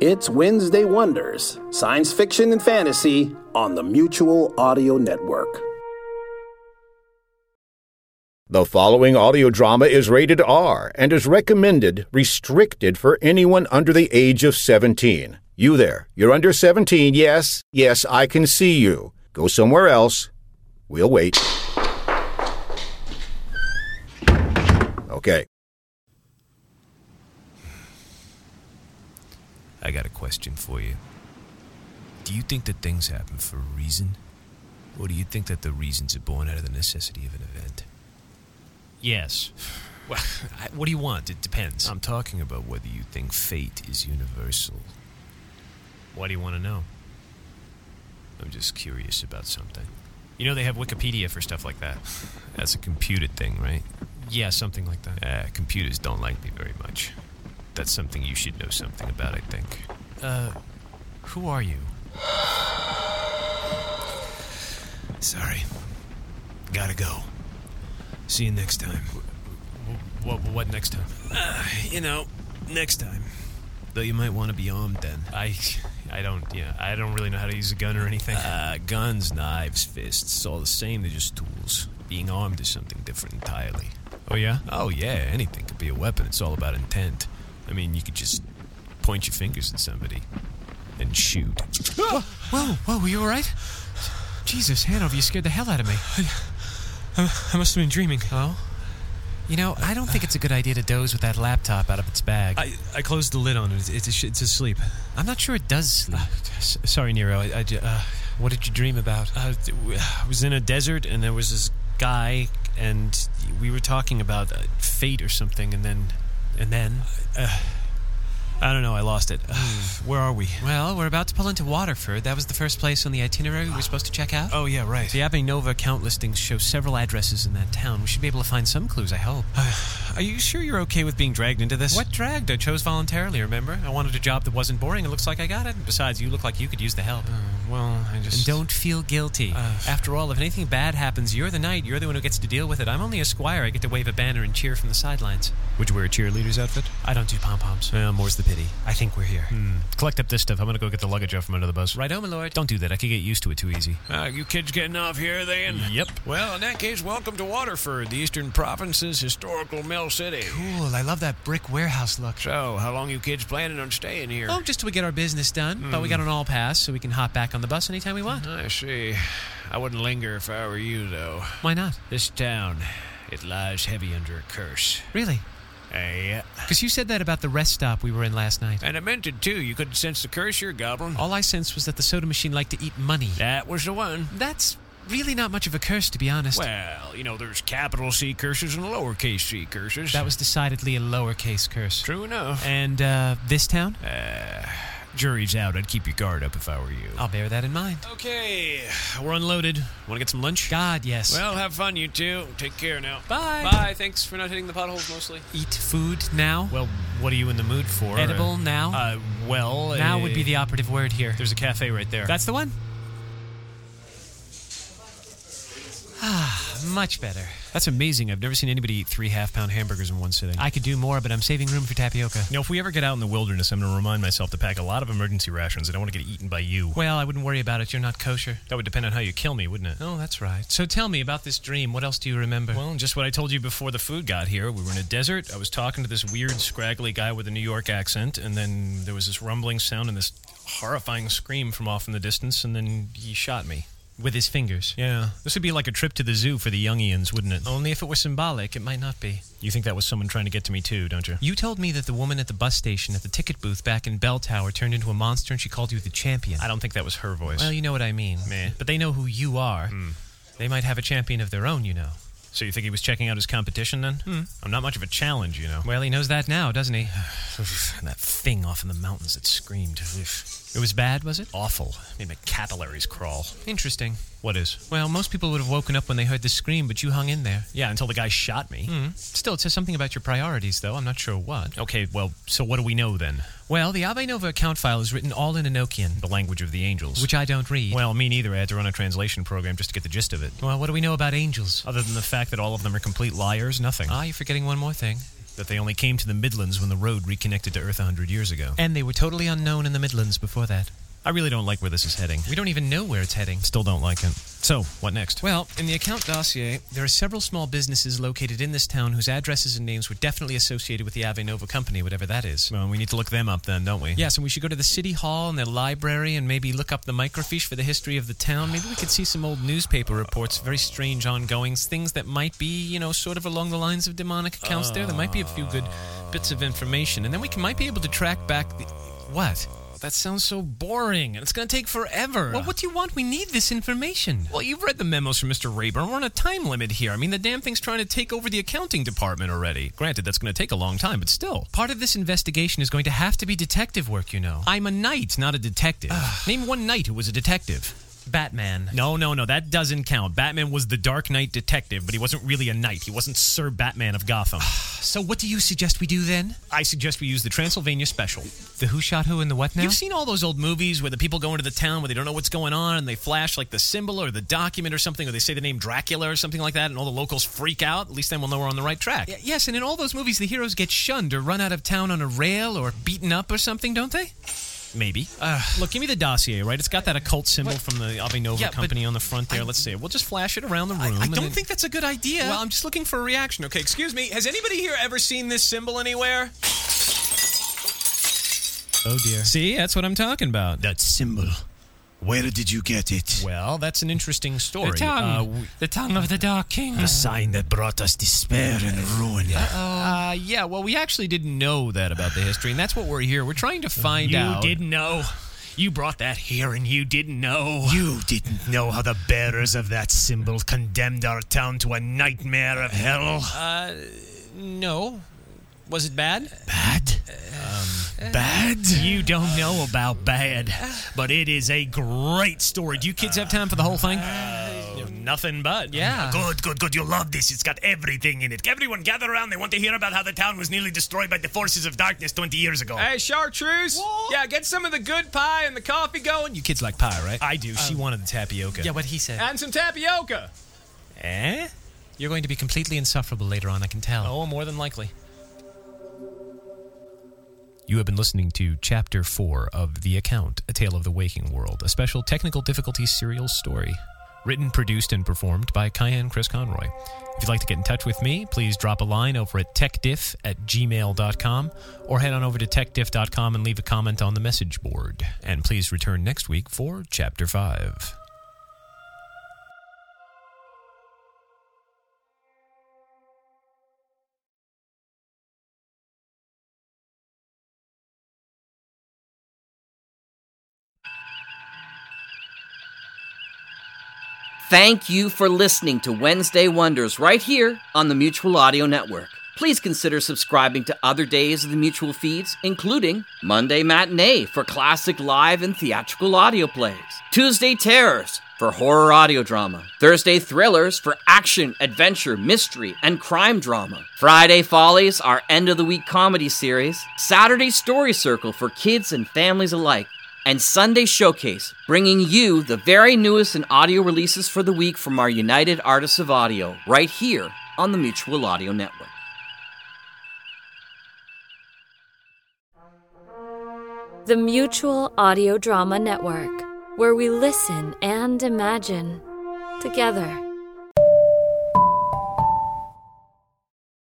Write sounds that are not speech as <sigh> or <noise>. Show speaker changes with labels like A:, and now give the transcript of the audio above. A: It's Wednesday Wonders, science fiction and fantasy on the Mutual Audio Network.
B: The following audio drama is rated R and is recommended restricted for anyone under the age of 17. You there, you're under 17, yes? Yes, I can see you. Go somewhere else. We'll wait. Okay.
C: I got a question for you. Do you think that things happen for a reason? Or do you think that the reasons are born out of the necessity of an event?
D: Yes.
C: <sighs> Well, I, what do you want? It depends.
D: I'm
C: I'm talking about whether you think fate is universal.
D: Why do you want to know?
C: I'm just curious about something.
D: You know they have Wikipedia for stuff like that.
C: <sighs> That's a computer thing, right?
D: Yeah, something like that.
C: Ah, computers don't like me very much. That's something you should know something about, I think.
D: Uh, Who are you?
C: Sorry. Gotta go. See you next time. Uh,
D: What, what next time?
C: You know, next time. Though you might want to be armed then.
D: I <laughs> I don't yeah, I don't really know how to use a gun or anything.
C: Uh, guns, knives, fists, it's all the same. They're just tools. Being armed is something different entirely.
D: oh yeah?
C: Oh, yeah, anything could be a weapon. It's all about intent. I mean, you could just point your fingers at somebody and shoot.
D: Whoa, whoa, were you alright? Jesus, Hanover, you scared the hell out of me. I, I must have been dreaming. Oh? You know, I don't think it's a good idea to doze with that laptop out of its bag.
E: I, I closed the lid on it. It's, it's, it's asleep. Uh,
D: I'm not sure it does sleep.
E: S- sorry, Nero. I, I ju- uh,
D: What did you dream about?
E: uh, th- w- I was in a desert and there was this guy, and we were talking about uh, fate or something, and then, and then, uh, I don't know. I lost it. <sighs> Where are we?
D: Well, we're about to pull into Waterford. That was the first place on the itinerary we were supposed to check out.
E: Oh yeah, right.
D: The Abbey Nova account listings show several addresses in that town. We should be able to find some clues, I hope.
E: <sighs> Are you sure you're okay with being dragged into this?
D: What dragged? I chose voluntarily, remember? I wanted a job that wasn't boring. It looks like I got it. Besides, you look like you could use the help.
E: Oh. Well, I just
D: and don't feel guilty.
C: Uh.
D: After all, if anything bad happens, you're the knight. You're the one who gets to deal with it. I'm only a squire. I get to wave a banner and cheer from the sidelines.
C: Would you wear a cheerleader's outfit?
D: I don't do pom poms.
C: Well, more's the pity. Hmm.
D: I think we're here.
C: Collect up this stuff. I'm gonna go get the luggage out from under the bus.
D: Right on, my lord.
C: Don't do that. I could get used to it too easy.
D: Uh,
C: Ah, you kids getting off here then? Yep. Well, in that case, welcome to Waterford, the Eastern Province's historical mill city.
D: Cool. I love that brick warehouse look.
C: So, how long you kids planning on staying here?
D: Oh, just till we get our business done. But we
C: Hmm.
D: got an all pass, so we can hop back on the bus anytime we want.
C: I see. I wouldn't linger if I were you, though.
D: Why not?
C: This town, it lies heavy under a curse.
D: Really?
C: yeah.
D: Because you said that about the rest stop we were in last night.
C: And I meant it, too. You couldn't sense the curse here, Goblin.
D: All I sensed was that the soda machine liked to eat money.
C: That was the one.
D: That's really not much of a curse, to be honest.
C: Well, you know, there's capital C curses and lowercase c curses.
D: that was decidedly a lowercase curse.
C: true enough.
D: And uh, this town?
C: Jury's out. I'd keep your guard up if I were you.
D: I'll bear that in mind.
C: Okay, we're unloaded. Want to get some lunch?
D: God, yes.
C: Well, have fun, you two. Take care now.
D: Bye.
C: Bye. Thanks for not hitting the potholes mostly.
D: Eat food now.
C: Well, what are you in the mood for?
D: Edible now.
C: Uh, well,
D: now
C: uh,
D: would be the operative word here.
C: There's a cafe right there.
D: That's the one. Ah, much better.
C: that's amazing. I've never seen anybody eat three half-pound hamburgers in one sitting.
D: I could do more, but I'm saving room for tapioca.
F: You know, if we ever get out in the wilderness, I'm going to remind myself to pack a lot of emergency rations. I don't want to get eaten by you.
D: Well, I wouldn't worry about it. You're not kosher.
F: That would depend on how you kill me, wouldn't it?
D: Oh, that's right. So tell me about this dream. What else do you remember?
F: Well, just what I told you before the food got here. We were in a desert. I was talking to this weird, scraggly guy with a New York accent, and then there was this rumbling sound and this horrifying scream from off in the distance, and then he shot me.
D: With his fingers.
F: Yeah. This would be like a trip to the zoo for the Jungians, wouldn't it?
D: Only if it were symbolic, it might not be.
F: You think that was someone trying to get to me, too, don't you?
D: You told me that the woman at the bus station at the ticket booth back in Bell Tower turned into a monster and she called you the champion.
F: I don't think that was her voice.
D: Well, you know what I mean.
F: Meh. Hmm.
D: But they know who you are. They might have a champion of their own, you know.
F: so you think he was checking out his competition then? Hmm. I'm not much of a challenge, you know.
D: Well, he knows that now, doesn't
F: <sighs>
D: he?
F: And that thing off in the mountains that screamed.
D: It was bad, was it?
F: Awful. Made my capillaries crawl.
D: Interesting.
F: What is?
D: Well, most people would have woken up when they heard the scream, but you hung in there.
F: Yeah, until the guy shot me.
D: Still, it says something about your priorities, though. I'm not sure what.
F: Hmm. Okay, well, so what do we know then?
D: Well, the Ave Nova account file is written all in Enochian,
F: The language of the angels.
D: which I don't read.
F: well, me neither. I had to run a translation program just to get the gist of it.
D: Well, what do we know about angels?
F: Other than the fact that all of them are complete liars, nothing.
D: Ah, you're forgetting one more thing.
F: That they only came to the Midlands when the road reconnected to Earth a hundred years ago.
D: And they were totally unknown in the Midlands before that.
F: I really don't like where this is heading.
D: We don't even know where it's heading.
F: Still don't like it. So, what next?
D: Well, in the account dossier, there are several small businesses located in this town whose addresses and names were definitely associated with the Ave Nova company, whatever that is.
F: Well, we need to look them up then, don't we?
D: Yes, and we should go to the city hall and the library and maybe look up the microfiche for the history of the town. Maybe we could see some old newspaper reports, very strange ongoings, things that might be, you know, sort of along the lines of demonic accounts there. There might be a few good bits of information. And then we can, might be able to track back the. What?
F: Oh, That sounds so boring, and it's going to take forever.
D: Well, what do you want? We need this information.
F: Well, you've read the memos from Mr. Rayburn. We're on a time limit here. I mean, the damn thing's trying to take over the accounting department already. Granted, that's going to take a long time, but still.
D: Part of this investigation is going to have to be detective work, you know.
F: I'm a knight, not a detective. Name one knight who was a detective.
D: Batman.
F: No, no, no, that doesn't count. Batman was the Dark Knight detective, but he wasn't really a knight. He wasn't Sir Batman of Gotham.
D: <sighs> So, what do you suggest we do then?
F: I suggest we use the Transylvania special.
D: The who shot who and the what now?
F: You've seen all those old movies where the people go into the town where they don't know what's going on and they flash like the symbol or the document or something, or they say the name Dracula or something like that, and all the locals freak out. At least then we'll know we're on the right track.
D: Y- yes, and in all those movies, the heroes get shunned or run out of town on a rail or beaten up or something, don't they?
F: Maybe. Look, give me the dossier, right? It's got that occult symbol from the Ave Nova
D: Yeah, but
F: company on the front there. Let's see it. We'll just flash it around the room.
D: I
F: and
D: don't
F: then-
D: think that's a good idea.
F: Well, I'm just looking for a reaction. Okay, excuse me. Has anybody here ever seen this symbol anywhere?
D: oh dear.
F: See, that's what I'm talking about.
G: That symbol. Where did you get it?
F: Well, that's an interesting story.
D: The tongue.
F: Uh, we-
D: the tongue of the Dark King.
G: The sign that brought us despair and ruin.
F: uh, yeah, well, we actually didn't know that about the history, and that's what we're here. We're trying to find
E: You
F: out.
E: didn't know. You brought that here and you didn't know.
G: You didn't know how the bearers of that symbol condemned our town to a nightmare of hell.
F: No. Was it bad?
G: Bad?
E: um,
G: Bad?
E: You don't know about bad, but it is a great story. Do you kids have time for the whole thing? nothing but.
D: Yeah.
E: Good, good, good. You love this. It's got everything in it. Everyone gather around. They want to hear about how the town was nearly destroyed by the forces of darkness 20 years ago.
F: Hey, chartreuse. Yeah, get some of the good pie and the coffee going. You kids like pie, right?
E: I do. she wanted the tapioca.
D: yeah, what he said.
F: and some tapioca. Eh?
D: You're going to be completely insufferable later on, I can tell.
F: Oh, more than likely. You have been listening to Chapter 4 of The Account, A Tale of the Waking World, a special technical difficulties serial story. Written, produced, and performed by Kyan Chris Conroy. If you'd like to get in touch with me, please drop a line over at techdiff at gmail.com or head on over to techdiff.com and leave a comment on the message board. And please return next week for Chapter 5.
H: Thank you for listening to Wednesday Wonders right here on the Mutual Audio Network. Please consider subscribing to other days of the Mutual feeds, including Monday Matinee for classic live and theatrical audio plays, Tuesday Terrors for horror audio drama, Thursday Thrillers for action, adventure, mystery, and crime drama, Friday Follies, our end of the week comedy series, Saturday Story Circle for kids and families alike and Sunday Showcase, bringing you the very newest and audio releases for the week from our United Artists of Audio, right here on the Mutual Audio Network.
I: The Mutual Audio Drama Network, where we listen and imagine together.